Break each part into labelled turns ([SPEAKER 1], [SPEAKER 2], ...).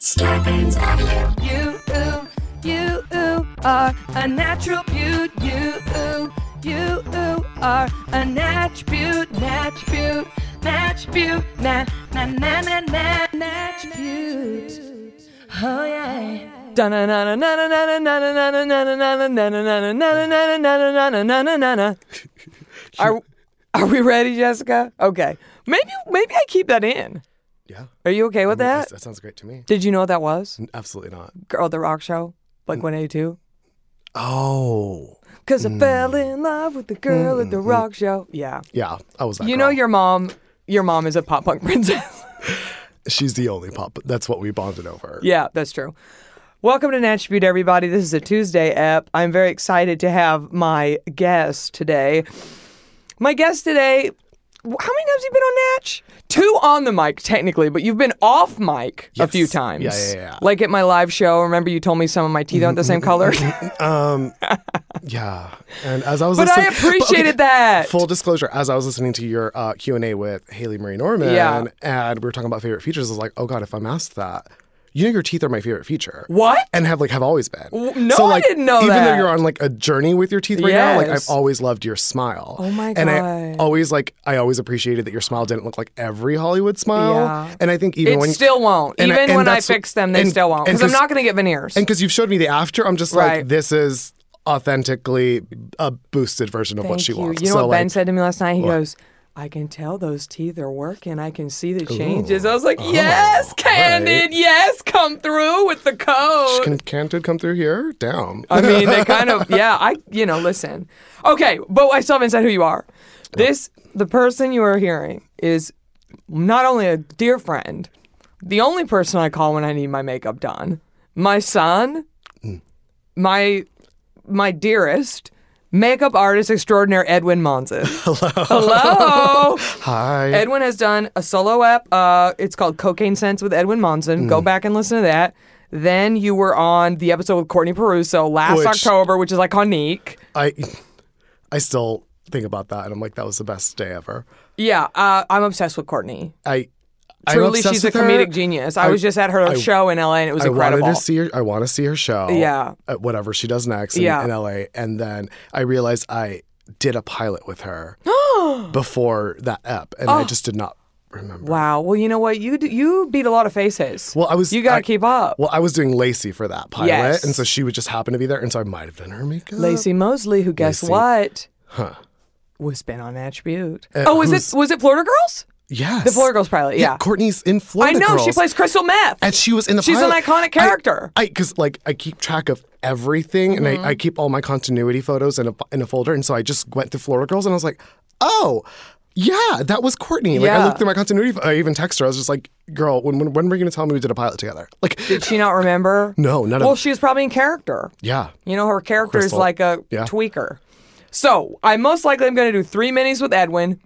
[SPEAKER 1] Scorpions Avenue.
[SPEAKER 2] You ooh, you ooh are a natural beaut. You ooh, you ooh are a natch beaut, natch beaut, natch beaut, na na na na na natch beaut. Oh yeah.
[SPEAKER 3] Are are we ready, Jessica? Okay. Maybe maybe I keep that in.
[SPEAKER 4] Yeah.
[SPEAKER 3] Are you okay with
[SPEAKER 4] I mean,
[SPEAKER 3] that?
[SPEAKER 4] That sounds great to me.
[SPEAKER 3] Did you know what that was?
[SPEAKER 4] N- Absolutely not.
[SPEAKER 3] Girl, the rock show, Blink One Eighty Two.
[SPEAKER 4] Oh.
[SPEAKER 3] Cause I fell in love with the girl at the rock show. Yeah.
[SPEAKER 4] Yeah, I was that
[SPEAKER 3] You
[SPEAKER 4] girl.
[SPEAKER 3] know your mom. Your mom is a pop punk princess.
[SPEAKER 4] She's the only pop. That's what we bonded over.
[SPEAKER 3] Yeah, that's true. Welcome to Natchbute, everybody. This is a Tuesday app. I'm very excited to have my guest today. My guest today, wh- how many times have you been on Natch? Two on the mic, technically, but you've been off mic a few
[SPEAKER 4] Yes. Yeah,
[SPEAKER 3] times.
[SPEAKER 4] yeah, yeah. Mm-hmm,
[SPEAKER 3] Like at my live show, remember you told me some of my teeth aren't the same color?
[SPEAKER 4] Um, Yeah. And as I was
[SPEAKER 3] But I
[SPEAKER 4] listening,
[SPEAKER 3] appreciated that.
[SPEAKER 4] Full disclosure, as I was listening to your uh, Q&A with Haley Marie Norman
[SPEAKER 3] Yeah.
[SPEAKER 4] and we were talking about favorite features, I was like, "Oh god, if I'm asked that, you know your teeth are my favorite feature."
[SPEAKER 3] What?
[SPEAKER 4] And have like have always been.
[SPEAKER 3] no,
[SPEAKER 4] so
[SPEAKER 3] I
[SPEAKER 4] like
[SPEAKER 3] didn't know
[SPEAKER 4] even
[SPEAKER 3] that.
[SPEAKER 4] though you're on like a journey with your teeth right now, like
[SPEAKER 3] Yes.
[SPEAKER 4] I've always loved your smile.
[SPEAKER 3] Oh my
[SPEAKER 4] And I
[SPEAKER 3] God.
[SPEAKER 4] always like I always appreciated that your smile didn't look like every Hollywood smile.
[SPEAKER 3] Yeah.
[SPEAKER 4] And I think even
[SPEAKER 3] it
[SPEAKER 4] when
[SPEAKER 3] still won't.
[SPEAKER 4] and I-
[SPEAKER 3] Even
[SPEAKER 4] and
[SPEAKER 3] when I
[SPEAKER 4] that's-
[SPEAKER 3] fix them, they
[SPEAKER 4] and-
[SPEAKER 3] still won't.
[SPEAKER 4] and
[SPEAKER 3] Because I'm
[SPEAKER 4] 'cause-
[SPEAKER 3] not going to get veneers.
[SPEAKER 4] and because you've showed me the after, I'm just
[SPEAKER 3] Right.
[SPEAKER 4] like, this is authentically a boosted version of what
[SPEAKER 3] Thank
[SPEAKER 4] she
[SPEAKER 3] you.
[SPEAKER 4] wants.
[SPEAKER 3] You know
[SPEAKER 4] so
[SPEAKER 3] what
[SPEAKER 4] like,
[SPEAKER 3] Ben said to me last night? He goes, I can tell those teeth are working. I can see the changes. I was
[SPEAKER 4] Oh.
[SPEAKER 3] like, yes, Candid, yes, come through with the code.
[SPEAKER 4] Can Canted come through here? Down.
[SPEAKER 3] I mean, they kind of, yeah, I, you know, listen. Okay, but I still haven't said who you are. This, the person you are hearing is not only a dear friend, the only person I call when I need my makeup done, my son, my, my dearest, makeup artist extraordinaire, Edwin Monson. Hello. Hello.
[SPEAKER 4] Hi.
[SPEAKER 3] Edwin has done a solo app. Uh, it's called Cocaine Sense with Edwin Monson.
[SPEAKER 4] Mm.
[SPEAKER 3] Go back and listen to that. Then you were on the episode with Courtney Peruso last
[SPEAKER 4] Which-
[SPEAKER 3] October, which is iconic.
[SPEAKER 4] I I still think about that and I'm like, that was the best day ever.
[SPEAKER 3] Yeah, uh, I'm obsessed with Courtney.
[SPEAKER 4] I I'm
[SPEAKER 3] Truly,
[SPEAKER 4] obsessed
[SPEAKER 3] she's a
[SPEAKER 4] with her.
[SPEAKER 3] comedic genius. I,
[SPEAKER 4] I-
[SPEAKER 3] was just at her
[SPEAKER 4] I-
[SPEAKER 3] show in LA, and it was
[SPEAKER 4] I
[SPEAKER 3] incredible.
[SPEAKER 4] wanted to see her. I want to see her show.
[SPEAKER 3] Yeah.
[SPEAKER 4] At whatever she does next in,
[SPEAKER 3] Yeah.
[SPEAKER 4] in LA, and then I realized I did a pilot with her before that ep, and
[SPEAKER 3] Oh.
[SPEAKER 4] I just did not remember.
[SPEAKER 3] wow. Well, you know what? You d- you beat a lot of faces.
[SPEAKER 4] Well, I was.
[SPEAKER 3] You gotta
[SPEAKER 4] I-
[SPEAKER 3] keep up.
[SPEAKER 4] Well, I was doing Lacey for that pilot,
[SPEAKER 3] Yes.
[SPEAKER 4] and so she would just happen to be there, and so I might have done her makeup.
[SPEAKER 3] Lacey Mosley, who guess
[SPEAKER 4] uh, Lacey.
[SPEAKER 3] what?
[SPEAKER 4] Huh.
[SPEAKER 3] Was been on Attribute.
[SPEAKER 4] Uh,
[SPEAKER 3] oh, was
[SPEAKER 4] who's-
[SPEAKER 3] it was it Florida Girls?
[SPEAKER 4] Yes.
[SPEAKER 3] The Florida Girls pilot. Yeah.
[SPEAKER 4] Courtney's in
[SPEAKER 3] I
[SPEAKER 4] Florida.
[SPEAKER 3] know she
[SPEAKER 4] Girls.
[SPEAKER 3] plays crystal meth.
[SPEAKER 4] And she was in the.
[SPEAKER 3] She's an
[SPEAKER 4] pilot.
[SPEAKER 3] iconic
[SPEAKER 4] I-
[SPEAKER 3] character. Mm-hmm.
[SPEAKER 4] I because like I keep track of everything, and I, I keep all my continuity photos in a in a folder, and so I just went to Florida Girls, and I was like, oh. Yeah, that was Courtney. Like
[SPEAKER 3] Yeah.
[SPEAKER 4] I looked through my continuity. pho- I even texted her. I was just like, "Girl, when when, when are you gonna tell me we did a pilot together?" Like,
[SPEAKER 3] Did she not remember?
[SPEAKER 4] No, none of-
[SPEAKER 3] Well, she was probably in character.
[SPEAKER 4] yeah,
[SPEAKER 3] You know, her character
[SPEAKER 4] Crystal.
[SPEAKER 3] is like a
[SPEAKER 4] Yeah.
[SPEAKER 3] tweaker. So I most likely am going to do three minis with Edwin.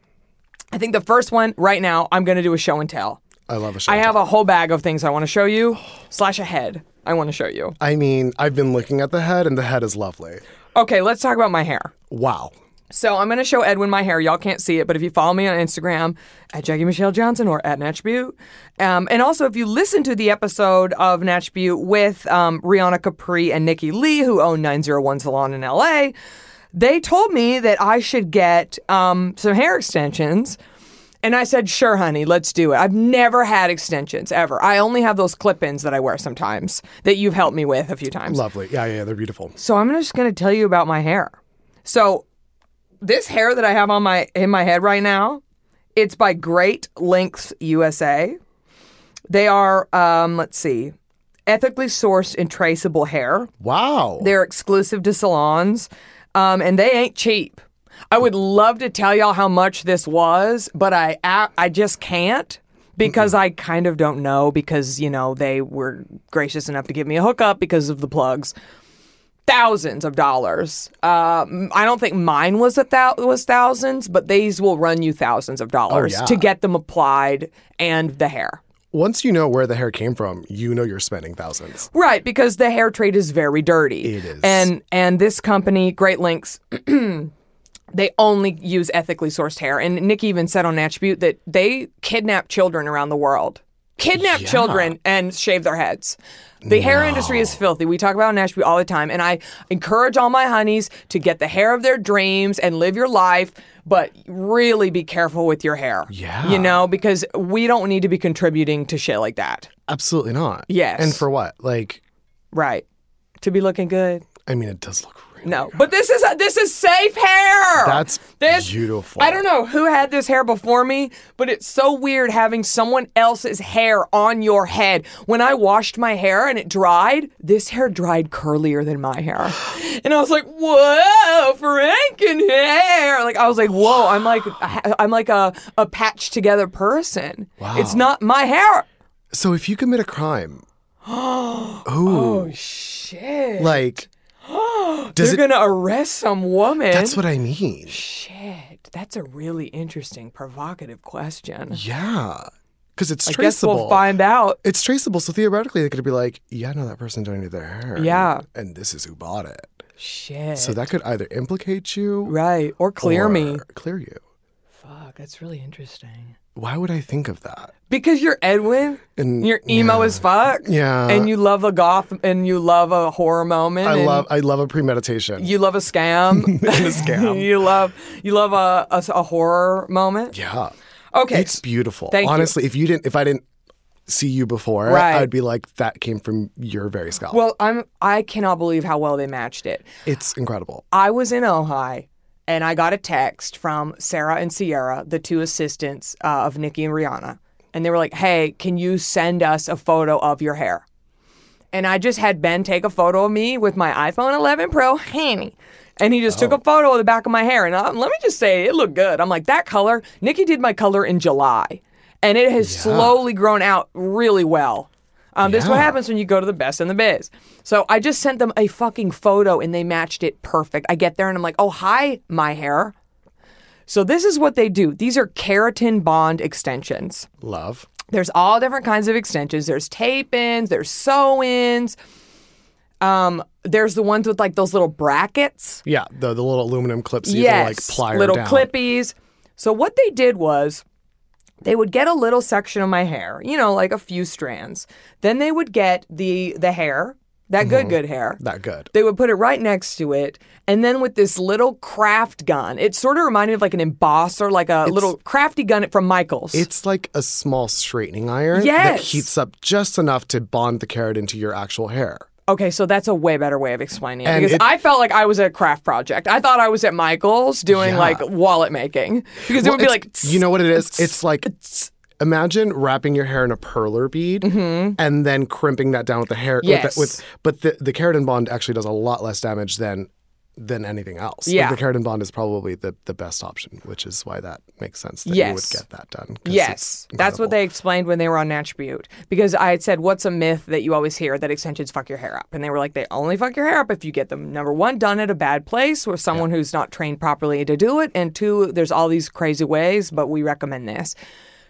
[SPEAKER 3] I think the first one right now, I'm going to do a show and tell.
[SPEAKER 4] I love a show.
[SPEAKER 3] I have a whole bag of things I want to show you, slash a head I want to show you.
[SPEAKER 4] I mean, I've been looking at the head, and the head is lovely.
[SPEAKER 3] Okay, let's talk about my hair.
[SPEAKER 4] Wow.
[SPEAKER 3] So I'm going to show Edwin my hair. Y'all can't see it, but if you follow me on Instagram at Jackie Michelle Johnson or at Natch Butte, um, and also if you listen to the episode of Natch Butte with um, Rihanna Capri and Nikki Lee, who own 901 Salon in LA, they told me that I should get um, some hair extensions. And I said, sure, honey, let's do it. I've never had extensions ever. I only have those clip ins that I wear sometimes that you've helped me with a few times.
[SPEAKER 4] Lovely. Yeah, yeah, they're beautiful.
[SPEAKER 3] So I'm just going to tell you about my hair. So this hair that I have on my in my head right now, it's by Great Lengths USA. They are um let's see, ethically sourced and traceable hair.
[SPEAKER 4] Wow.
[SPEAKER 3] They're exclusive to salons, um, and they ain't cheap. I would love to tell y'all how much this was, but I I, I just can't because I kind of don't know because, you know, they were gracious enough to give me a hookup because of the plugs. Thousands of dollars. Uh, m- I don't think mine was a thou- was thousands, but these will run you thousands of dollars
[SPEAKER 4] yeah.
[SPEAKER 3] to get them applied and the hair.
[SPEAKER 4] Once you know where the hair came from, you know you're spending thousands.
[SPEAKER 3] Right, because the hair trade is very dirty.
[SPEAKER 4] It is.
[SPEAKER 3] And and this company, Great Links, they only use ethically sourced hair. And Nick even said on Attribute that they kidnap children around the world. Kidnap children and shave their heads. The hair industry is filthy. We talk about it on Attribute all the time. And I encourage all my honeys to get the hair of their dreams and live your life, but really be careful with your hair.
[SPEAKER 4] Yeah.
[SPEAKER 3] You know, because we don't need to be contributing to shit like that.
[SPEAKER 4] Absolutely not.
[SPEAKER 3] Yes.
[SPEAKER 4] And for what? Like,
[SPEAKER 3] Right. To be looking good.
[SPEAKER 4] I mean, it does look really
[SPEAKER 3] No, but this is this is safe hair.
[SPEAKER 4] That's
[SPEAKER 3] this,
[SPEAKER 4] beautiful.
[SPEAKER 3] I don't know who had this hair before me, but it's so weird having someone else's hair on your head. When I washed my hair and it dried, this hair dried curlier than my hair, and I was like, "Whoa, Franken hair!" Like I was like, "Whoa!" I'm like I'm like a a patched together person. It's not my hair.
[SPEAKER 4] So if you commit a crime, ooh,
[SPEAKER 3] Shit.
[SPEAKER 4] like, does
[SPEAKER 3] They're
[SPEAKER 4] it?
[SPEAKER 3] gonna arrest some woman.
[SPEAKER 4] that's what I mean.
[SPEAKER 3] Shit, that's a really interesting, provocative question.
[SPEAKER 4] Yeah, because it's
[SPEAKER 3] I guess
[SPEAKER 4] traceable.
[SPEAKER 3] we'll find out.
[SPEAKER 4] it's traceable, so theoretically they could be like, "Yeah, no, that person donated their hair."
[SPEAKER 3] Yeah.
[SPEAKER 4] and, and this is who bought it.
[SPEAKER 3] Shit.
[SPEAKER 4] So that could either implicate you,
[SPEAKER 3] right, or clear
[SPEAKER 4] or
[SPEAKER 3] me.
[SPEAKER 4] clear you.
[SPEAKER 3] Fuck, that's really interesting.
[SPEAKER 4] Why would I think of that?
[SPEAKER 3] Because you're Edwin,
[SPEAKER 4] And-
[SPEAKER 3] you're emo as fuck,
[SPEAKER 4] Yeah.
[SPEAKER 3] and you love a goth, and you love a horror moment.
[SPEAKER 4] I
[SPEAKER 3] and
[SPEAKER 4] love I love a premeditation.
[SPEAKER 3] You love a scam.
[SPEAKER 4] And a scam.
[SPEAKER 3] you love you love a, a, a horror moment.
[SPEAKER 4] yeah,
[SPEAKER 3] Okay.
[SPEAKER 4] it's beautiful.
[SPEAKER 3] Thank you.
[SPEAKER 4] Honestly, if you didn't, if I didn't see you before,
[SPEAKER 3] Right.
[SPEAKER 4] I'd be like, "That came from your very scalp."
[SPEAKER 3] well, I'm I cannot believe how well they matched it.
[SPEAKER 4] it's incredible.
[SPEAKER 3] I was in Ojai and I got a text from Sarah and Sierra, the two assistants uh, of Nikki and Rihanna. And they were like, hey, can you send us a photo of your hair? And I just had Ben take a photo of me with my iPhone 11 Pro, honey. And he just took a photo of the back of my hair. And I, let me just say, it looked good. I'm like, that color, Nikki did my color in July. And it has slowly grown out really well. Um, This is what
[SPEAKER 4] Yeah.
[SPEAKER 3] happens when you go to the best in the biz. So I just sent them a fucking photo and they matched it perfect. I get there and I'm like, oh, hi, my hair. So this is what they do. These are keratin bond extensions
[SPEAKER 4] Love.
[SPEAKER 3] there's all different kinds of extensions. There's tape ins, there's sew ins. Um, there's the ones with like those little brackets.
[SPEAKER 4] Yeah, the, the little aluminum clips you can like
[SPEAKER 3] yes,
[SPEAKER 4] plier
[SPEAKER 3] little
[SPEAKER 4] down.
[SPEAKER 3] clippies. So what they did was they would get a little section of my hair, you know, like a few strands. Then they would get the the hair, that
[SPEAKER 4] Mm-hmm.
[SPEAKER 3] good good hair.
[SPEAKER 4] That good.
[SPEAKER 3] They would put it right next to it, and then with this little craft gun, it sort of reminded me of like an embosser, like a little crafty gun from Michaels.
[SPEAKER 4] It's like a small straightening iron that
[SPEAKER 3] Yes.
[SPEAKER 4] heats up just enough to bond the carrot into your actual hair.
[SPEAKER 3] Okay, so that's a way better way of explaining it
[SPEAKER 4] And
[SPEAKER 3] because
[SPEAKER 4] it-
[SPEAKER 3] I felt like I was at a craft project. I thought I was at Michael's doing
[SPEAKER 4] Yeah.
[SPEAKER 3] like wallet making because it would be
[SPEAKER 4] Well,
[SPEAKER 3] like
[SPEAKER 4] it's- you know what it is? It's like imagine wrapping your hair in a perler bead and then crimping that down with the hair. With,
[SPEAKER 3] Mm-hmm. Yes.
[SPEAKER 4] the, with but the the keratin bond actually does a lot less damage than than anything else. Like,
[SPEAKER 3] Yeah.
[SPEAKER 4] the keratin bond is probably the the best option, which is why that makes sense that you would
[SPEAKER 3] Yes.
[SPEAKER 4] get that done. 'cause it's
[SPEAKER 3] Yes, that's what
[SPEAKER 4] incredible.
[SPEAKER 3] they explained when they were on Attribute because I had said, "What's a myth that you always hear that extensions fuck your hair up?" And they were like, "They only fuck your hair up if you get them number one done at a bad place with someone who's not trained properly to do it, and two, there's all these crazy ways, but we recommend this."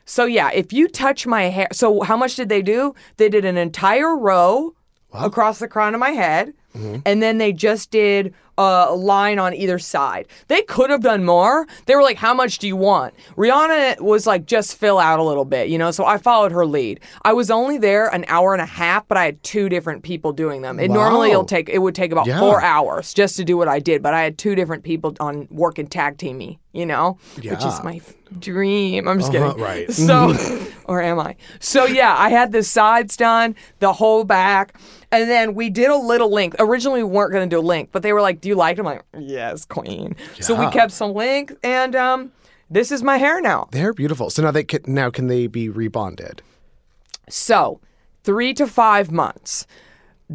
[SPEAKER 3] So yeah, if you touch my hair, so how much did they do? They did an entire row across the crown of my head,
[SPEAKER 4] Mm-hmm.
[SPEAKER 3] and then they just did a line on either side. They could have done more. They were like, "How much do you want?" Rihanna was like, "Just fill out a little bit," you know. So I followed her lead. I was only there an hour and a half, but I had two different people doing them. It normally
[SPEAKER 4] Wow.
[SPEAKER 3] it'll take it would take about
[SPEAKER 4] Yeah.
[SPEAKER 3] four hours just to do what I did, but I had two different people on work and tag team me, you know, which
[SPEAKER 4] Yeah.
[SPEAKER 3] is my f- dream. I'm just
[SPEAKER 4] Uh-huh,
[SPEAKER 3] kidding.
[SPEAKER 4] right.
[SPEAKER 3] So, or am I? So yeah, I had the sides done, the whole back, and then we did a little length. Originally, we weren't going to do a length, but they were like, "Do you like?" It? I'm like, "Yes, queen." So we
[SPEAKER 4] Yeah.
[SPEAKER 3] kept some length, and um, this is my hair now.
[SPEAKER 4] They're beautiful. So now they can now can they be rebonded?
[SPEAKER 3] So, three to five months,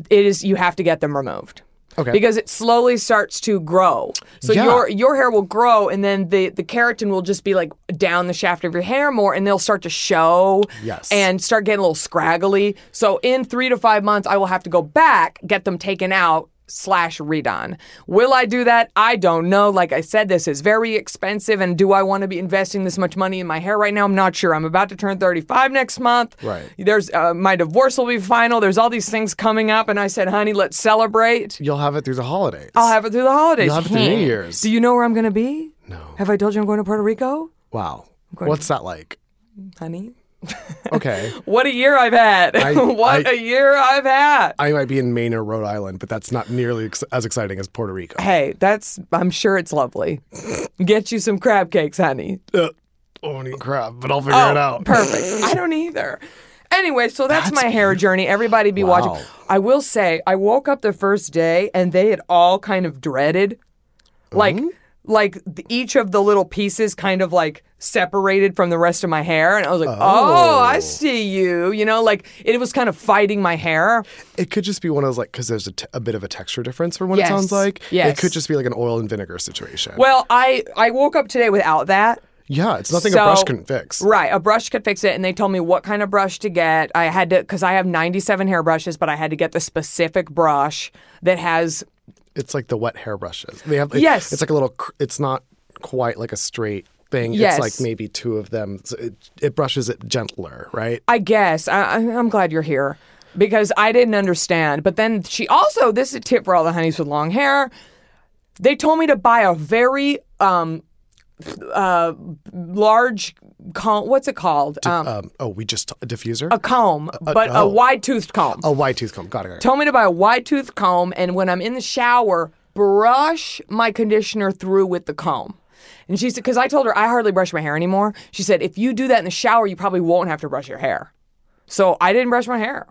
[SPEAKER 3] it is you have to get them removed.
[SPEAKER 4] Okay.
[SPEAKER 3] Because it slowly starts to grow. So
[SPEAKER 4] Yeah.
[SPEAKER 3] your your hair will grow and then the the keratin will just be like down the shaft of your hair more and they'll start to show
[SPEAKER 4] Yes.
[SPEAKER 3] and start getting a little scraggly. So in 3 to 5 months I will have to go back, get them taken out slash redone. Will I do that? I don't know. Like I said this is very expensive and do I want to be investing this much money in my hair right now? I'm not sure. I'm about to turn 35 next month.
[SPEAKER 4] Right.
[SPEAKER 3] There's uh, my divorce will be final. There's all these things coming up and I said, "Honey, let's celebrate."
[SPEAKER 4] You'll have it through the holidays.
[SPEAKER 3] I'll have it through the holidays.
[SPEAKER 4] You'll have it through New Year's.
[SPEAKER 3] Do you know where I'm going to be? No. Have I told you I'm going to Puerto Rico,
[SPEAKER 4] wow. What's that like?
[SPEAKER 3] honey?
[SPEAKER 4] Okay.
[SPEAKER 3] What a year I've had! what
[SPEAKER 4] I-
[SPEAKER 3] a year I've had!
[SPEAKER 4] I might be in Maine or Rhode Island, but that's not nearly ex- as exciting as Puerto Rico.
[SPEAKER 3] hey, that's I'm sure it's lovely. Get you some crab cakes, honey. Oh,
[SPEAKER 4] Ugh, I won't eat crab, but I'll figure it out.
[SPEAKER 3] Perfect. I don't either. Anyway, so that's,
[SPEAKER 4] That's
[SPEAKER 3] my hair journey. Everybody be
[SPEAKER 4] Wow.
[SPEAKER 3] watching. I will say, I woke up the first day and they had all kind of dreaded, like,
[SPEAKER 4] Mm-hmm.
[SPEAKER 3] like th- each of the little pieces kind of like separated from the rest of my hair, and I was like, oh,
[SPEAKER 4] Oh.
[SPEAKER 3] I see you. You know, like it was kind of fighting my hair.
[SPEAKER 4] It could just be one of those like because there's a, t- a bit of a texture difference from what
[SPEAKER 3] Yes.
[SPEAKER 4] it sounds like.
[SPEAKER 3] Yes.
[SPEAKER 4] It could just be like an oil and vinegar situation.
[SPEAKER 3] Well, I I woke up today without that.
[SPEAKER 4] yeah, it's nothing
[SPEAKER 3] So-
[SPEAKER 4] a brush couldn't fix.
[SPEAKER 3] Right, a brush could fix it, and they told me what kind of brush to get. I had to because I have 97 hairbrushes, but I had to get the specific brush that has
[SPEAKER 4] It's like the wet hairbrushes. They have like,
[SPEAKER 3] Yes.
[SPEAKER 4] It's like a little. Cr- it's not quite like a straight thing.
[SPEAKER 3] Yes.
[SPEAKER 4] It's like maybe two of them. So it, it brushes it gentler, right?
[SPEAKER 3] I guess. I, I- I'm glad you're here because I didn't understand. But then she also, this is a tip for all the honeys with long hair. They told me to buy a very um, uh, large comb. What's it called? Um,
[SPEAKER 4] Um, oh, we just a diffuser.
[SPEAKER 3] a comb, but a
[SPEAKER 4] oh.
[SPEAKER 3] wide toothed comb.
[SPEAKER 4] A wide tooth comb. Got it. Got it.
[SPEAKER 3] Told me to buy a wide tooth comb, and when I'm in the shower, brush my conditioner through with the comb. And she said, because I told her I hardly brush my hair anymore. She said, if you do that in the shower, you probably won't have to brush your hair. So I didn't brush my hair.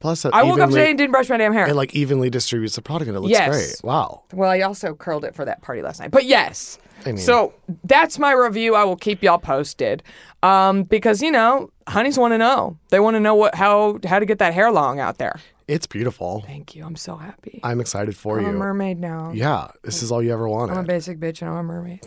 [SPEAKER 4] Plus,
[SPEAKER 3] I woke up today and didn't brush my damn hair.
[SPEAKER 4] It like evenly distributes the product and it looks
[SPEAKER 3] Yes.
[SPEAKER 4] great. Wow.
[SPEAKER 3] well, I also curled it for that party last night. But yes.
[SPEAKER 4] mean-
[SPEAKER 3] so that's my review. I will keep y'all posted. Um, because you know, honeys want to know. They want to know what how how to get that hair long out there.
[SPEAKER 4] It's beautiful.
[SPEAKER 3] Thank you. I'm so happy.
[SPEAKER 4] I'm excited for
[SPEAKER 3] I'm a
[SPEAKER 4] you.
[SPEAKER 3] mermaid now.
[SPEAKER 4] Yeah, this is all you ever wanted.
[SPEAKER 3] I'm a basic bitch and I'm a mermaid.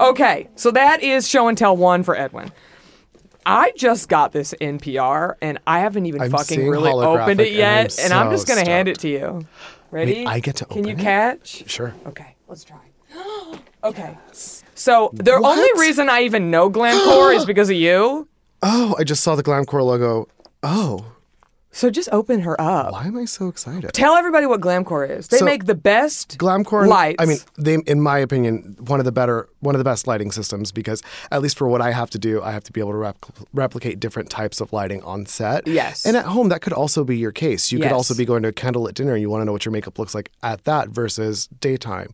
[SPEAKER 3] Okay, so that is show and tell one for Edwin. I just got this NPR and I haven't even
[SPEAKER 4] I'm
[SPEAKER 3] fucking
[SPEAKER 4] seeing
[SPEAKER 3] really opened
[SPEAKER 4] holographic
[SPEAKER 3] it
[SPEAKER 4] and
[SPEAKER 3] yet,
[SPEAKER 4] I'm
[SPEAKER 3] and I'm
[SPEAKER 4] so
[SPEAKER 3] just gonna hand it
[SPEAKER 4] stoked.
[SPEAKER 3] to you. Ready?
[SPEAKER 4] I get to
[SPEAKER 3] Can you
[SPEAKER 4] open it?
[SPEAKER 3] catch?
[SPEAKER 4] Sure.
[SPEAKER 3] Okay, let's try. okay. So the only
[SPEAKER 4] What?
[SPEAKER 3] reason I even know Glencore is because of you.
[SPEAKER 4] Oh, I just saw the Glamcore logo. Oh,
[SPEAKER 3] So just open her up.
[SPEAKER 4] why am I so excited?
[SPEAKER 3] Tell everybody what Glamcore is. They
[SPEAKER 4] So-
[SPEAKER 3] make the best
[SPEAKER 4] Glamcore,
[SPEAKER 3] lights.
[SPEAKER 4] I mean, they, in my opinion, one of the better, one of the best lighting systems because at least for what I have to do, I have to be able to rep- replicate different types of lighting on set.
[SPEAKER 3] Yes.
[SPEAKER 4] And at home, that could also be your case. You
[SPEAKER 3] Yes.
[SPEAKER 4] could also be going to a candlelit dinner and you want to know what your makeup looks like at that versus daytime.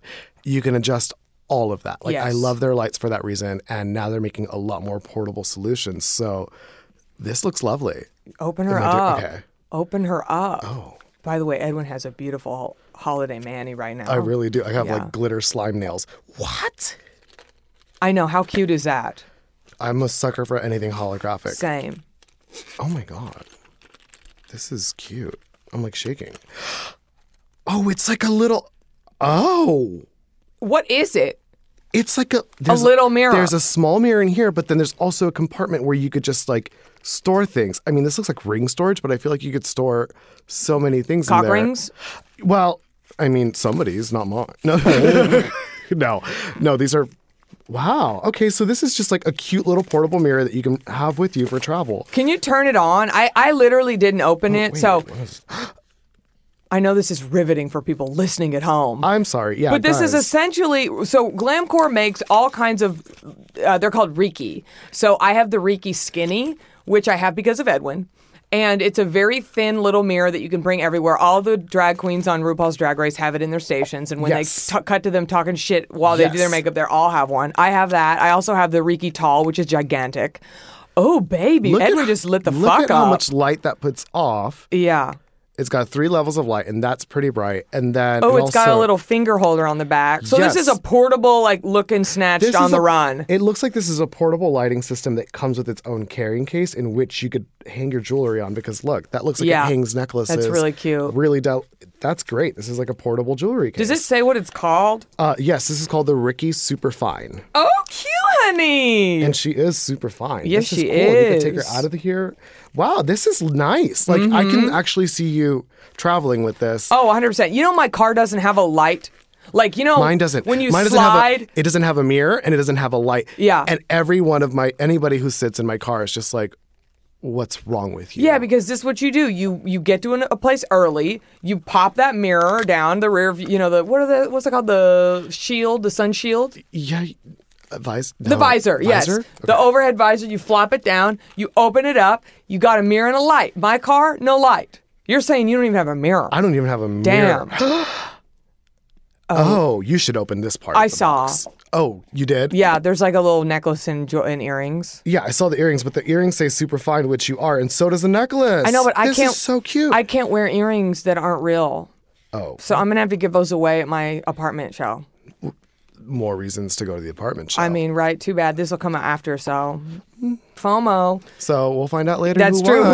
[SPEAKER 4] You can adjust all of that. Like I
[SPEAKER 3] Yes.
[SPEAKER 4] love their lights for that reason, and now they're making a lot more portable solutions. So this looks lovely.
[SPEAKER 3] Open her
[SPEAKER 4] I do-
[SPEAKER 3] up.
[SPEAKER 4] okay.
[SPEAKER 3] Open her up. Oh. By the way, Edwin has a beautiful holiday manny right now.
[SPEAKER 4] I really do. I have
[SPEAKER 3] Oh, Yeah.
[SPEAKER 4] like glitter slime nails. What?
[SPEAKER 3] I know. How cute is that?
[SPEAKER 4] I'm a sucker for anything holographic.
[SPEAKER 3] Same.
[SPEAKER 4] Oh my god. This is cute. I'm like shaking. Oh, it's like a little Oh.
[SPEAKER 3] What is it?
[SPEAKER 4] It's like a there's
[SPEAKER 3] little mirror.
[SPEAKER 4] There's a small mirror in here, but then there's also a compartment where you could just like store things. I mean, this looks like ring storage, but I feel like you could store so many things in
[SPEAKER 3] Cock
[SPEAKER 4] there.
[SPEAKER 3] rings?
[SPEAKER 4] Well, I mean, somebody's not mine. No, no, no. These are. Wow. Okay, so this is just like a cute little portable mirror that you can have with you for travel.
[SPEAKER 3] Can you turn it on? I, I literally didn't open
[SPEAKER 4] Oh,
[SPEAKER 3] it. so I know this is riveting for people listening at home.
[SPEAKER 4] I'm sorry. Yeah,
[SPEAKER 3] but
[SPEAKER 4] it
[SPEAKER 3] this is
[SPEAKER 4] does.
[SPEAKER 3] essentially so Glamcore makes all kinds of uh, they're called Reiki. So I have the Reiki Skinny, which I have because of Edwin. And it's a very thin little mirror that you can bring everywhere. All the drag queens on RuPaul's Drag Race have it in their stations, and when
[SPEAKER 4] Yes.
[SPEAKER 3] they t- cut to them talking shit while they do their
[SPEAKER 4] Yes.
[SPEAKER 3] makeup, they all have one. I have that. I also have the Reiki Tall, which is gigantic. Oh baby,
[SPEAKER 4] Look at
[SPEAKER 3] Edwin
[SPEAKER 4] how-
[SPEAKER 3] just lit the
[SPEAKER 4] look
[SPEAKER 3] fuck
[SPEAKER 4] at
[SPEAKER 3] up.
[SPEAKER 4] how much light that puts off.
[SPEAKER 3] yeah.
[SPEAKER 4] It's got three levels of light, and that's pretty bright. And then
[SPEAKER 3] Oh,
[SPEAKER 4] it
[SPEAKER 3] it's got a little finger holder on the back. So this is
[SPEAKER 4] Yes.
[SPEAKER 3] a portable, like looking snatched on the run.
[SPEAKER 4] It looks like this is a portable lighting system that comes with its own carrying case in which you could hang your jewelry on. Because look, that looks like
[SPEAKER 3] Yeah.
[SPEAKER 4] it hangs necklaces.
[SPEAKER 3] really cute.
[SPEAKER 4] Really dope. That's great. This is like a portable jewelry case.
[SPEAKER 3] Does it say what it's called?
[SPEAKER 4] Uh, yes, this is called the Ricky Superfine,
[SPEAKER 3] Oh, cute, honey.
[SPEAKER 4] and she is super fine.
[SPEAKER 3] Yes,
[SPEAKER 4] this
[SPEAKER 3] she
[SPEAKER 4] is. Cool. You can take
[SPEAKER 3] is. Mm-hmm.
[SPEAKER 4] her out of the here. Wow, this is nice. Like I can actually see you traveling with this.
[SPEAKER 3] oh, 100%. You know, my car doesn't have a light. Like, you know,
[SPEAKER 4] Mine doesn't.
[SPEAKER 3] Oh, When you
[SPEAKER 4] Mine doesn't
[SPEAKER 3] slide,
[SPEAKER 4] have a, it doesn't have a mirror and it doesn't have a light.
[SPEAKER 3] Yeah.
[SPEAKER 4] And every one of my anybody who sits in my car is just like, "What's wrong with you?"
[SPEAKER 3] Yeah, because this is what you do. You you get to an, a place early. You pop that mirror down the rear. view- You know the what are the what's it called the shield, the sun shield,
[SPEAKER 4] yeah. uh, vis-
[SPEAKER 3] the
[SPEAKER 4] no.
[SPEAKER 3] visor. Yes,
[SPEAKER 4] Visor?
[SPEAKER 3] the overhead visor. You flop it down. You open it up. You got a mirror and a light. My car, no light. You're saying you don't even have a mirror.
[SPEAKER 4] I don't even have a mirror.
[SPEAKER 3] Damn.
[SPEAKER 4] Oh, you should open this part. of
[SPEAKER 3] I
[SPEAKER 4] the
[SPEAKER 3] saw.
[SPEAKER 4] box. Oh, you did?
[SPEAKER 3] yeah, there's like a little necklace and, jo- and earrings.
[SPEAKER 4] Yeah, I saw the earrings, but the earrings say super fine, which you are, and so does the necklace.
[SPEAKER 3] I know, but I
[SPEAKER 4] This
[SPEAKER 3] can't.
[SPEAKER 4] is so cute.
[SPEAKER 3] I can't wear earrings that aren't real.
[SPEAKER 4] oh,
[SPEAKER 3] So I'm gonna have to give those away at my apartment show.
[SPEAKER 4] more reasons to go to the apartment show.
[SPEAKER 3] I mean, right? Too bad this will come out after. So FOMO.
[SPEAKER 4] so we'll find out later.
[SPEAKER 3] That's
[SPEAKER 4] who
[SPEAKER 3] true.
[SPEAKER 4] Mm-hmm.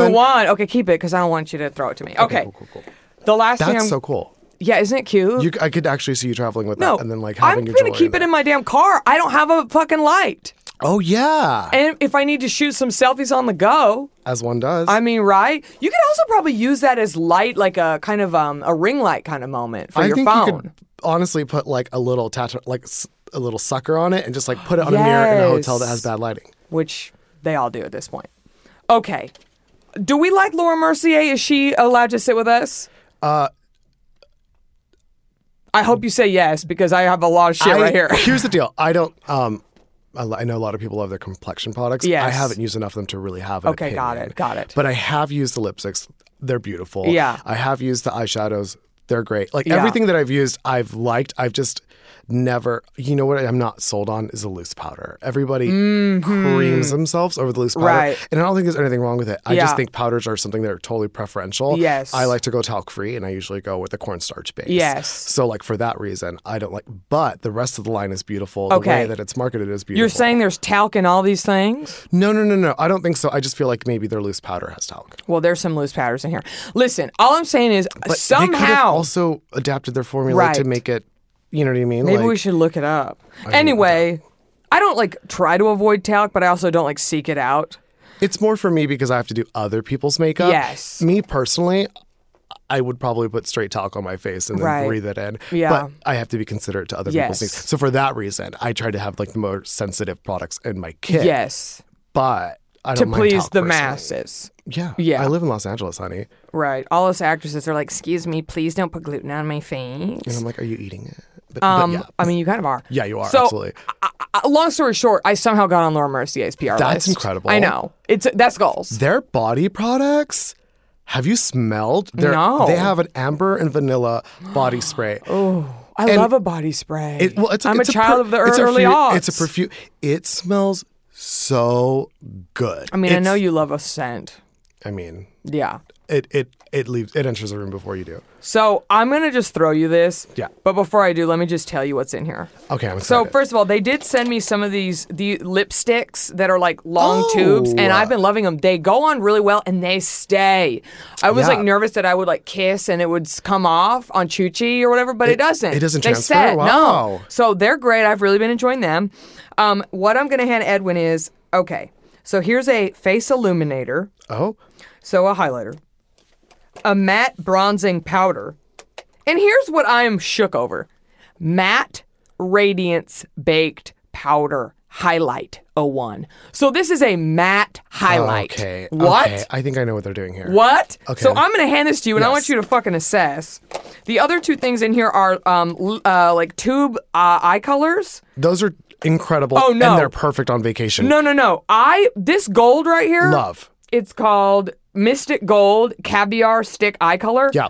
[SPEAKER 3] Who won?
[SPEAKER 4] Won.
[SPEAKER 3] Okay, keep it because I don't want you to throw it to me. Okay.
[SPEAKER 4] Cool, cool, cool.
[SPEAKER 3] The last thing
[SPEAKER 4] That's
[SPEAKER 3] I'm
[SPEAKER 4] so cool.
[SPEAKER 3] yeah, isn't it cute?
[SPEAKER 4] You, c- I could actually see you traveling with
[SPEAKER 3] no,
[SPEAKER 4] that, and then like
[SPEAKER 3] I'm
[SPEAKER 4] having your
[SPEAKER 3] gonna
[SPEAKER 4] jewelry
[SPEAKER 3] keep it in my damn car. I don't have a fucking light,
[SPEAKER 4] there. Oh yeah,
[SPEAKER 3] and if I need to shoot some selfies on the go,
[SPEAKER 4] as one does.
[SPEAKER 3] I mean, right? You could also probably use that as light, like a kind of um a ring light kind of moment for
[SPEAKER 4] I
[SPEAKER 3] your
[SPEAKER 4] think
[SPEAKER 3] phone.
[SPEAKER 4] you could honestly put like a little tattoo, like s- a little sucker on it, and just like put it on a mirror in a hotel that
[SPEAKER 3] Yes.
[SPEAKER 4] has bad lighting.
[SPEAKER 3] which they all do at this point. Okay. Do we like Laura Mercier? Is she allowed to sit with us? Uh, I hope you say yes because I have a lot of shit
[SPEAKER 4] I-
[SPEAKER 3] right here.
[SPEAKER 4] here's the deal. I don't. Um, I, li- I know a lot of people love their complexion products. I
[SPEAKER 3] Yes.
[SPEAKER 4] haven't used enough of them to really have an
[SPEAKER 3] Okay, got
[SPEAKER 4] opinion.
[SPEAKER 3] it, got it.
[SPEAKER 4] But I have used the lipsticks. They're beautiful.
[SPEAKER 3] Yeah.
[SPEAKER 4] I have used the eyeshadows. They're great. Like
[SPEAKER 3] Yeah.
[SPEAKER 4] everything that I've used, I've liked. I've just never. You know what? I'm not sold on is the loose powder. Everybody creams themselves over the loose powder,
[SPEAKER 3] Mm-hmm. Right.
[SPEAKER 4] and I don't think there's anything wrong with it. I
[SPEAKER 3] Yeah.
[SPEAKER 4] just think powders are something that are totally preferential.
[SPEAKER 3] Yes.
[SPEAKER 4] I like to go talc free, and I usually go with the cornstarch base.
[SPEAKER 3] Yes.
[SPEAKER 4] So like for that reason, I don't like. But the rest of the line is beautiful. The
[SPEAKER 3] Okay.
[SPEAKER 4] way that it's marketed is beautiful.
[SPEAKER 3] You're saying there's talc in all these things?
[SPEAKER 4] no, no, no, no. I don't think so. I just feel like maybe their loose powder has talc.
[SPEAKER 3] Well, there's some loose powders in here. Listen, all I'm saying is
[SPEAKER 4] But they could have
[SPEAKER 3] somehow
[SPEAKER 4] also adapted their formula to
[SPEAKER 3] Right.
[SPEAKER 4] make it. You know what I mean?
[SPEAKER 3] maybe
[SPEAKER 4] like,
[SPEAKER 3] we should look it up. Anyway, I don't like try to avoid talc, but I also don't like seek it out.
[SPEAKER 4] It's more for me because I have to do other people's makeup.
[SPEAKER 3] Yes.
[SPEAKER 4] Me personally. I would probably put straight talc on my face and then
[SPEAKER 3] Right.
[SPEAKER 4] breathe it in.
[SPEAKER 3] Yeah.
[SPEAKER 4] But I have to be considerate to other people's
[SPEAKER 3] Yes.
[SPEAKER 4] things. So for that reason, I try to have like the more sensitive products in my kit.
[SPEAKER 3] Yes,
[SPEAKER 4] But I
[SPEAKER 3] to
[SPEAKER 4] don't mind
[SPEAKER 3] please
[SPEAKER 4] talc
[SPEAKER 3] the
[SPEAKER 4] personally.
[SPEAKER 3] masses.
[SPEAKER 4] Yeah.
[SPEAKER 3] Yeah.
[SPEAKER 4] I live in Los Angeles, honey.
[SPEAKER 3] Right. All us actresses are like, excuse me, please don't put gluten on my face.
[SPEAKER 4] And I'm like, are you eating it? But,
[SPEAKER 3] Um,
[SPEAKER 4] but yeah.
[SPEAKER 3] I mean, you kind of are.
[SPEAKER 4] Yeah, you are.
[SPEAKER 3] So,
[SPEAKER 4] absolutely.
[SPEAKER 3] Uh, long story short, I somehow got on Laura Mercier's PR
[SPEAKER 4] That's
[SPEAKER 3] list.
[SPEAKER 4] incredible.
[SPEAKER 3] I know. It's that's goals.
[SPEAKER 4] Their body products. Have you smelled? They're,
[SPEAKER 3] No.
[SPEAKER 4] They have an amber and vanilla body spray.
[SPEAKER 3] I
[SPEAKER 4] and-
[SPEAKER 3] love a body spray.
[SPEAKER 4] It- well, it's
[SPEAKER 3] I'm
[SPEAKER 4] it's
[SPEAKER 3] a child
[SPEAKER 4] per-
[SPEAKER 3] of the
[SPEAKER 4] it's a
[SPEAKER 3] early
[SPEAKER 4] fu-
[SPEAKER 3] aughts.
[SPEAKER 4] It's a perfume. It smells so good.
[SPEAKER 3] I mean, I
[SPEAKER 4] It's-
[SPEAKER 3] know you love a scent.
[SPEAKER 4] I mean,
[SPEAKER 3] Yeah.
[SPEAKER 4] it it it leaves. It enters the room before you do.
[SPEAKER 3] So I'm gonna just throw you this.
[SPEAKER 4] Yeah.
[SPEAKER 3] But before I do, let me just tell you what's in here.
[SPEAKER 4] Okay, I'm
[SPEAKER 3] So
[SPEAKER 4] excited.
[SPEAKER 3] first of all, they did send me some of these the lipsticks that are like long
[SPEAKER 4] Oh.
[SPEAKER 3] tubes, and I've been loving them. They go on really well, and they stay. I was
[SPEAKER 4] Yeah.
[SPEAKER 3] like nervous that I would like kiss and it would s- come off on Chuchi or whatever, but it, doesn't.
[SPEAKER 4] it doesn't
[SPEAKER 3] They
[SPEAKER 4] transfer?
[SPEAKER 3] set,
[SPEAKER 4] Wow.
[SPEAKER 3] No. So they're great. I've really been enjoying them. Um, what I'm gonna hand Edwin is okay. So here's a face illuminator.
[SPEAKER 4] oh,
[SPEAKER 3] So a highlighter, a matte bronzing powder, and here's what I'm shook over: matte radiance baked powder Highlight 01. So this is a matte highlight.
[SPEAKER 4] Okay.
[SPEAKER 3] What?
[SPEAKER 4] okay. I think I know what they're doing here.
[SPEAKER 3] What?
[SPEAKER 4] Okay.
[SPEAKER 3] So I'm going to hand this to you, and I want you to fucking assess. The other two things in here are um, l- uh, like tube uh, eye colors.
[SPEAKER 4] Those are incredible.
[SPEAKER 3] Oh, no.
[SPEAKER 4] And they're perfect on vacation.
[SPEAKER 3] No, no, no. I this gold right here.
[SPEAKER 4] Love.
[SPEAKER 3] It's called Mystic Gold Caviar Stick Eye Color.
[SPEAKER 4] Yeah.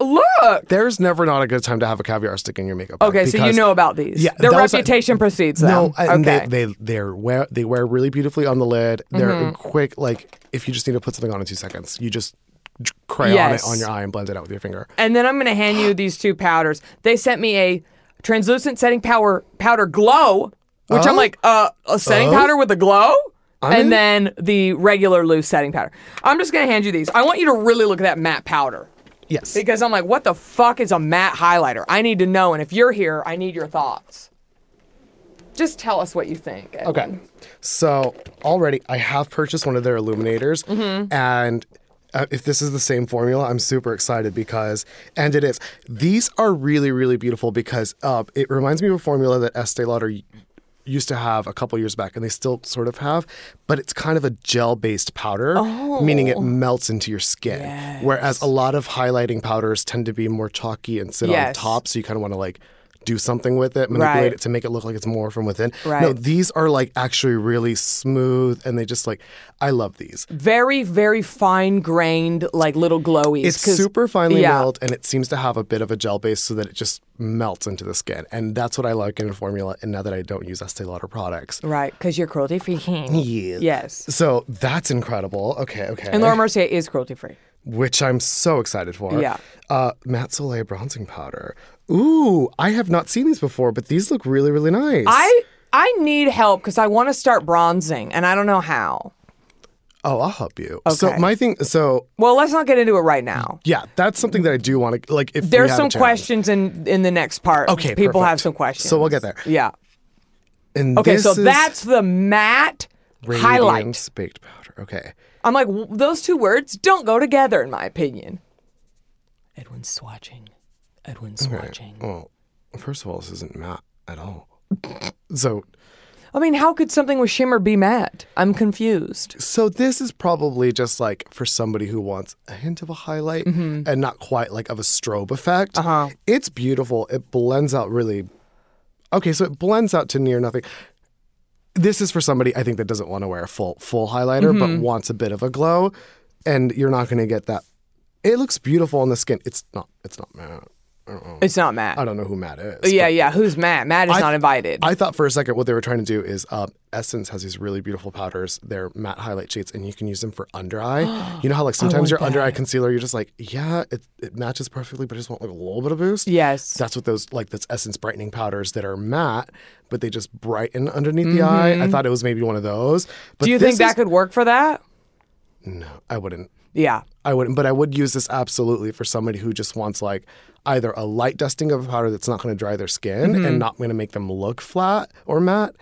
[SPEAKER 3] Look.
[SPEAKER 4] There's never not a good time to have a caviar stick in your makeup. bag
[SPEAKER 3] Okay, so you
[SPEAKER 4] because-
[SPEAKER 3] know about these.
[SPEAKER 4] Yeah,
[SPEAKER 3] Their
[SPEAKER 4] that was a-
[SPEAKER 3] reputation precedes them.
[SPEAKER 4] No, and
[SPEAKER 3] okay.
[SPEAKER 4] they they they're wear they wear really beautifully on the lid. They're
[SPEAKER 3] Mm-hmm.
[SPEAKER 4] quick. Like if you just need to put something on in two seconds, you just j- crayon
[SPEAKER 3] Yes.
[SPEAKER 4] it on your eye and blend it out with your finger.
[SPEAKER 3] and then I'm going to hand you these two powders. They sent me a translucent setting power powder glow, which I'm
[SPEAKER 4] Oh.
[SPEAKER 3] like, uh, a setting
[SPEAKER 4] Oh.
[SPEAKER 3] powder with a glow,
[SPEAKER 4] in-
[SPEAKER 3] and then the regular loose setting powder. I'm just going to hand you these. I want you to really look at that matte powder
[SPEAKER 4] Yes.
[SPEAKER 3] because I'm like, what the fuck is a matte highlighter? I need to know, and if you're here, I need your thoughts. Just tell us what you think.
[SPEAKER 4] Okay. So already I have purchased one of their illuminators, and uh, if this is the same formula, I'm super excited because, and it is. These are really, really beautiful because uh, it reminds me of a formula that Estee Lauder y- used to have a couple years back, and they still sort of have, but it's kind of a gel-based powder, meaning it melts into your skin. Whereas a lot of highlighting powders tend to be more chalky and sit
[SPEAKER 3] Yes.
[SPEAKER 4] on top, so you kind of want to like do something with it, manipulate
[SPEAKER 3] Right.
[SPEAKER 4] it to make it look like it's more from within. No,
[SPEAKER 3] Right.
[SPEAKER 4] these are like actually really smooth and they just like I love these.
[SPEAKER 3] Very, very fine grained, like little glowies.
[SPEAKER 4] It's
[SPEAKER 3] 'cause-
[SPEAKER 4] super finely
[SPEAKER 3] yeah.
[SPEAKER 4] milled and it seems to have a bit of a gel base so that it just melts into the skin. And that's what I like in formula and now that I don't use Estee Lauder products.
[SPEAKER 3] Right, because you're cruelty free.
[SPEAKER 4] Yeah.
[SPEAKER 3] Yes.
[SPEAKER 4] So that's incredible. Okay, okay.
[SPEAKER 3] And Laura Mercier is cruelty free.
[SPEAKER 4] Which I'm so excited for.
[SPEAKER 3] Yeah.
[SPEAKER 4] Uh, Matte Soleil bronzing powder. Ooh, I have not seen these before, but these look really, really nice.
[SPEAKER 3] I I need help because I want to start bronzing and I don't know how.
[SPEAKER 4] oh, I'll help you. So
[SPEAKER 3] Okay.
[SPEAKER 4] my thing. So
[SPEAKER 3] Well, let's not get into it right now.
[SPEAKER 4] yeah, that's something that I do want to like. If we
[SPEAKER 3] There's
[SPEAKER 4] have a
[SPEAKER 3] some
[SPEAKER 4] chance.
[SPEAKER 3] questions in in the next part.
[SPEAKER 4] Okay,
[SPEAKER 3] people have
[SPEAKER 4] perfect.
[SPEAKER 3] some questions.
[SPEAKER 4] So we'll get there.
[SPEAKER 3] Yeah.
[SPEAKER 4] And
[SPEAKER 3] Okay,
[SPEAKER 4] this
[SPEAKER 3] so
[SPEAKER 4] is
[SPEAKER 3] that's the matte
[SPEAKER 4] Radiance
[SPEAKER 3] highlight.
[SPEAKER 4] baked powder. Okay.
[SPEAKER 3] I'm like w- those two words don't go together in my opinion. Edwin's swatching. Edwin's swatching.
[SPEAKER 4] Well, first of all, this isn't matte at all. So,
[SPEAKER 3] I mean, how could something with shimmer be matte? I'm confused.
[SPEAKER 4] so this is probably just like for somebody who wants a hint of a highlight and not quite like of a strobe effect. Uh-huh. It's beautiful. It blends out really. Okay, so it blends out to near nothing. This is for somebody I think that doesn't want to wear a full full highlighter but wants a bit of a glow, and you're not going to get that. It looks beautiful on the skin. It's not. It's not matte. Oh.
[SPEAKER 3] It's not matte.
[SPEAKER 4] I don't know who Matt is. but-
[SPEAKER 3] yeah, yeah. Who's Matt? Matt is
[SPEAKER 4] I-
[SPEAKER 3] not invited.
[SPEAKER 4] I thought for a second what they were trying to do is uh, Essence has these really beautiful powders. They're matte highlight shades, and you can use them for under eye. you know how like sometimes your under eye concealer, you're just like, yeah, it, it matches perfectly, but I just want like a little bit of boost.
[SPEAKER 3] Yes.
[SPEAKER 4] that's what those like that's Essence brightening powders that are matte, but they just brighten underneath the eye. I thought it was maybe one of those. But
[SPEAKER 3] Mm-hmm. Do you
[SPEAKER 4] this
[SPEAKER 3] think that
[SPEAKER 4] is-
[SPEAKER 3] could work for that?
[SPEAKER 4] No, I wouldn't.
[SPEAKER 3] Yeah.
[SPEAKER 4] I wouldn't, but I would use this absolutely for somebody who just wants like either a light dusting of a powder that's not going to dry their skin
[SPEAKER 3] Mm-hmm.
[SPEAKER 4] and not going to make them look flat or matte,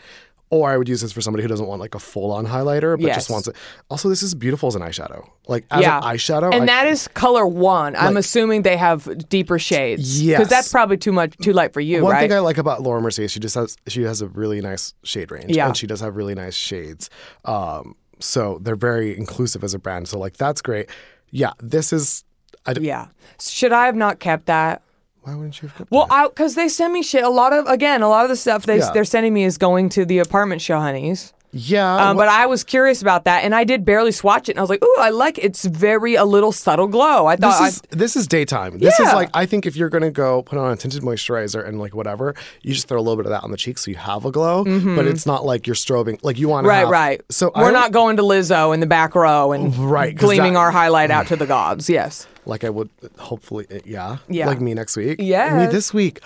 [SPEAKER 4] or I would use this for somebody who doesn't want like a full-on highlighter but
[SPEAKER 3] Yes.
[SPEAKER 4] just wants it. Also, this is beautiful as an eyeshadow, like as
[SPEAKER 3] yeah.
[SPEAKER 4] an eyeshadow.
[SPEAKER 3] And
[SPEAKER 4] I-
[SPEAKER 3] that is color one. I'm assuming they have deeper shades. Because
[SPEAKER 4] Yes.
[SPEAKER 3] that's probably too much, too light for you,
[SPEAKER 4] one
[SPEAKER 3] right?
[SPEAKER 4] thing I like about Laura Mercier, she just has she has a really nice shade range,
[SPEAKER 3] Yeah.
[SPEAKER 4] and she does have really nice shades. Um, so they're very inclusive as a brand. So like that's great. Yeah, this is. I d-
[SPEAKER 3] yeah. Should I have not kept that?
[SPEAKER 4] Why wouldn't you? Have kept
[SPEAKER 3] Well,
[SPEAKER 4] that?
[SPEAKER 3] I because they send me shit. A lot of again, a lot of the stuff they
[SPEAKER 4] Yeah.
[SPEAKER 3] they're sending me is going to the apartment show, honeys.
[SPEAKER 4] yeah,
[SPEAKER 3] Um,
[SPEAKER 4] wha-
[SPEAKER 3] but I was curious about that, and I did barely swatch it, and I was like, "Ooh, I like it's very a little subtle glow." I thought
[SPEAKER 4] This
[SPEAKER 3] I-
[SPEAKER 4] is this is daytime. This
[SPEAKER 3] Yeah.
[SPEAKER 4] is like I think if you're gonna go put on a tinted moisturizer and like whatever, you just throw a little bit of that on the cheek so you have a glow. But it's not like you're strobing. Like you want to
[SPEAKER 3] Mm-hmm. right,
[SPEAKER 4] have,
[SPEAKER 3] right.
[SPEAKER 4] So
[SPEAKER 3] we're
[SPEAKER 4] I,
[SPEAKER 3] not going to Lizzo in the back row and
[SPEAKER 4] Right, 'cause
[SPEAKER 3] gleaming
[SPEAKER 4] that-
[SPEAKER 3] our highlight out to the gods. Yes.
[SPEAKER 4] like I would hopefully uh, yeah
[SPEAKER 3] Yeah.
[SPEAKER 4] like me next week
[SPEAKER 3] Yes. Mm-hmm.
[SPEAKER 4] me this week.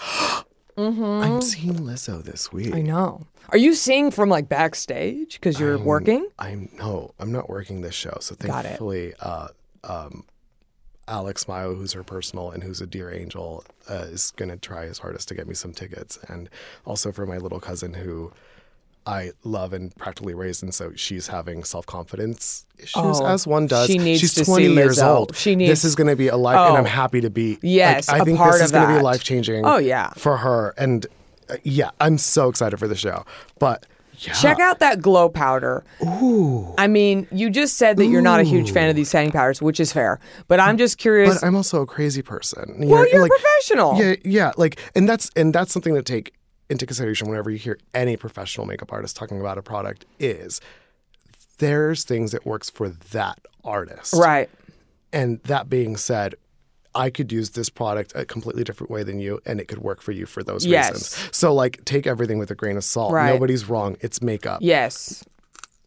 [SPEAKER 4] I'm seeing Lizzo this week.
[SPEAKER 3] I know. Are you seeing from like backstage because you're
[SPEAKER 4] Oh,
[SPEAKER 3] working?
[SPEAKER 4] I'm no, I'm not working this show. So
[SPEAKER 3] Got it.
[SPEAKER 4] thankfully, uh, um, Alex Mayo, who's her personal and who's a dear angel, uh, is gonna try his hardest to get me some tickets, and also for my little cousin who. I love and practically raised, and so she's having self confidence issues
[SPEAKER 3] Oh,
[SPEAKER 4] as one does.
[SPEAKER 3] she needs
[SPEAKER 4] she's
[SPEAKER 3] to see
[SPEAKER 4] 20 years
[SPEAKER 3] Lizzo.
[SPEAKER 4] old.
[SPEAKER 3] She
[SPEAKER 4] this
[SPEAKER 3] needs-
[SPEAKER 4] is going to be a life, and
[SPEAKER 3] Oh.
[SPEAKER 4] I'm happy to be. like,
[SPEAKER 3] Yes,
[SPEAKER 4] I
[SPEAKER 3] a
[SPEAKER 4] think
[SPEAKER 3] part
[SPEAKER 4] this
[SPEAKER 3] of
[SPEAKER 4] is going to be
[SPEAKER 3] that.
[SPEAKER 4] life changing.
[SPEAKER 3] Oh, yeah.
[SPEAKER 4] for her, and uh, yeah, I'm so excited for the show. But yeah.
[SPEAKER 3] Check out that glow powder. Ooh. I mean, you just said that you're not a huge fan of these setting powders, which is fair. But I'm just curious.
[SPEAKER 4] But I'm also a crazy person.
[SPEAKER 3] Well, you're a professional.
[SPEAKER 4] Yeah, yeah. Like, and that's and that's something to take into consideration whenever you hear any professional makeup artist talking about a product is there's things that works for that artist.
[SPEAKER 3] right.
[SPEAKER 4] And that being said, I could use this product a completely different way than you, and it could work for you for those
[SPEAKER 3] Yes.
[SPEAKER 4] reasons. So, like, take everything with a grain of salt.
[SPEAKER 3] Right.
[SPEAKER 4] Nobody's wrong. It's makeup.
[SPEAKER 3] Yes.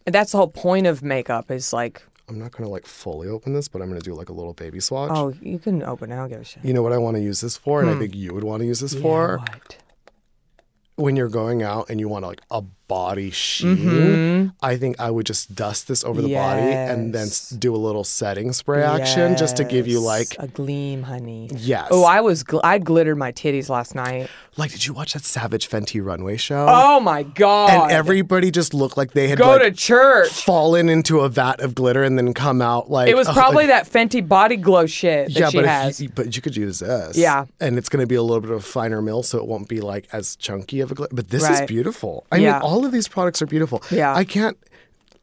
[SPEAKER 3] And that's the whole point of makeup is like,
[SPEAKER 4] I'm not gonna like fully open this, but I'm gonna do like a little baby swatch.
[SPEAKER 3] oh, Hmm. you can open it. I don't give a shit.
[SPEAKER 4] You know what I want to use this for, and I think you would want to use this for
[SPEAKER 3] What?
[SPEAKER 4] when you're going out and you want like a body sheen.
[SPEAKER 3] Mm-hmm.
[SPEAKER 4] I think I would just dust this over the body and then s- do a little setting spray action just to give you
[SPEAKER 3] Yes.
[SPEAKER 4] like
[SPEAKER 3] a gleam, honey.
[SPEAKER 4] yes.
[SPEAKER 3] Oh, I was gl- I glittered my titties last night.
[SPEAKER 4] like did you watch that Savage Fenty runway show?
[SPEAKER 3] Oh my god!
[SPEAKER 4] and everybody just looked like they had
[SPEAKER 3] go to
[SPEAKER 4] like,
[SPEAKER 3] church.
[SPEAKER 4] fallen into a vat of glitter and then come out like
[SPEAKER 3] It was
[SPEAKER 4] "Ugh,
[SPEAKER 3] probably
[SPEAKER 4] Oh, like-
[SPEAKER 3] that Fenty body glow shit that
[SPEAKER 4] yeah,
[SPEAKER 3] she
[SPEAKER 4] but if
[SPEAKER 3] has.
[SPEAKER 4] you, but you could use this.
[SPEAKER 3] Yeah.
[SPEAKER 4] and it's going to be a little bit of a finer mill, so it won't be like as chunky of a glitter. But this
[SPEAKER 3] Right.
[SPEAKER 4] is beautiful. I
[SPEAKER 3] Yeah.
[SPEAKER 4] mean, all of these products are beautiful.
[SPEAKER 3] Yeah.
[SPEAKER 4] I can't.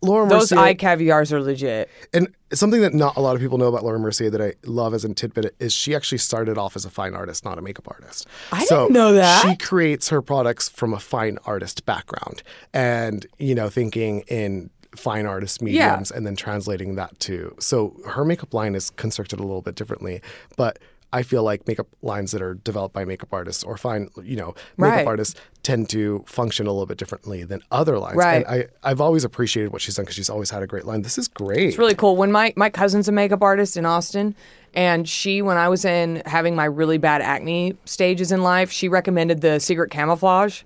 [SPEAKER 4] Laura
[SPEAKER 3] Those
[SPEAKER 4] Mercier,
[SPEAKER 3] eye caviars are legit.
[SPEAKER 4] and something that not a lot of people know about Laura Mercier that I love as a tidbit is she actually started off as a fine artist, not a makeup artist. I
[SPEAKER 3] didn't know that.
[SPEAKER 4] She creates her products from a fine artist background, and you know, thinking in fine artist mediums, and then translating that to. So her makeup line is constructed a little bit differently, but. I feel like makeup lines that are developed by makeup artists or fine, you know, makeup
[SPEAKER 3] Right.
[SPEAKER 4] artists tend to function a little bit differently than other lines.
[SPEAKER 3] Right.
[SPEAKER 4] And I, I've always appreciated what she's done because she's always had a great line. This is great.
[SPEAKER 3] It's really cool. When my my cousin's a makeup artist in Austin, and she, when I was in having my really bad acne stages in life, she recommended the Secret Camouflage,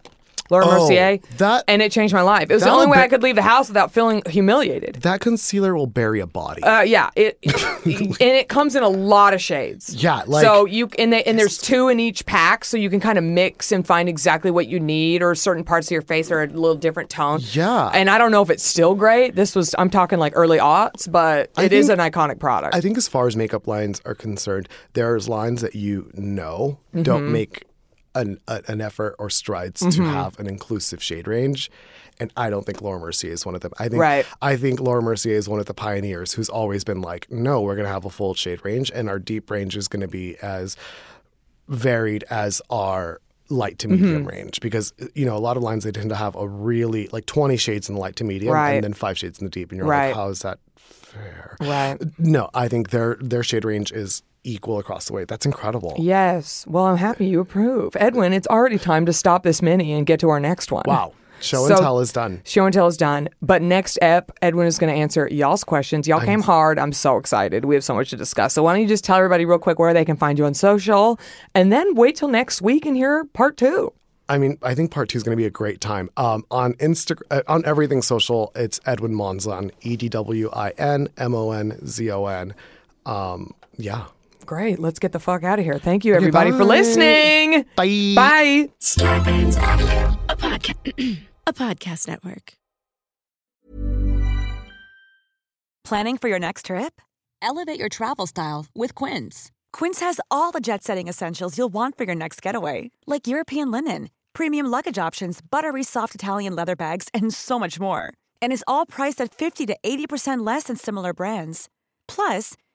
[SPEAKER 3] Laura
[SPEAKER 4] Oh,
[SPEAKER 3] Mercier,
[SPEAKER 4] that-
[SPEAKER 3] and it changed my life. It was the
[SPEAKER 4] that'll
[SPEAKER 3] only way
[SPEAKER 4] be-
[SPEAKER 3] I could leave the house without feeling humiliated.
[SPEAKER 4] That concealer will bury a body.
[SPEAKER 3] Uh, yeah, it and it comes in a lot of shades.
[SPEAKER 4] Yeah, like-
[SPEAKER 3] so you and they, and there's two in each pack, so you can kind of mix and find exactly what you need, or certain parts of your face are a little different tone.
[SPEAKER 4] Yeah.
[SPEAKER 3] and I don't know if it's still great. This was I'm talking like early aughts, but it is
[SPEAKER 4] think-
[SPEAKER 3] an iconic product.
[SPEAKER 4] I think as far as makeup lines are concerned, there's lines that you know
[SPEAKER 3] Mm-hmm.
[SPEAKER 4] don't make an, a, an effort or strides to have an inclusive shade range. And I don't think Laura Mercier is one of them. I think
[SPEAKER 3] Right.
[SPEAKER 4] I think Laura Mercier is one of the pioneers who's always been like, no, we're gonna have a full shade range and our deep range is gonna be as varied as our light to medium
[SPEAKER 3] Mm-hmm.
[SPEAKER 4] range because you know a lot of lines they tend to have a really like 20 shades in the light to medium
[SPEAKER 3] Right.
[SPEAKER 4] and then five shades in the deep and you're
[SPEAKER 3] Right.
[SPEAKER 4] like how is that fair
[SPEAKER 3] right.
[SPEAKER 4] no, I think their their shade range is equal across the way. That's incredible.
[SPEAKER 3] Yes. Well, I'm happy you approve, Edwin. It's already time to stop this mini and get to our next one.
[SPEAKER 4] Wow. Show
[SPEAKER 3] So-
[SPEAKER 4] and tell is done.
[SPEAKER 3] Show and tell is done. But next ep, Edwin is going to answer y'all's questions. Y'all came hard. I'm so excited. We have so much to discuss. So why don't you just tell everybody real quick where they can find you on social, and then wait till next week and hear part two.
[SPEAKER 4] I mean, I think part two is going to be a great time. Um, on Insta, uh, on everything social, it's Edwin Monzon, E D W I N M O N Z O N. Um, yeah.
[SPEAKER 3] Great. Let's get the fuck out of here. Thank you, everybody, for
[SPEAKER 4] bye.
[SPEAKER 3] listening.
[SPEAKER 4] Bye.
[SPEAKER 3] Bye.
[SPEAKER 1] Starbane's Avenue.
[SPEAKER 5] a podcast a podcast network.
[SPEAKER 6] Planning for your next trip? Elevate your travel style with Quince. Quince has all the jet setting essentials you'll want for your next getaway, like European linen, premium luggage options, buttery soft Italian leather bags, and so much more. And is all priced at 50 to 80% less than similar brands. Plus,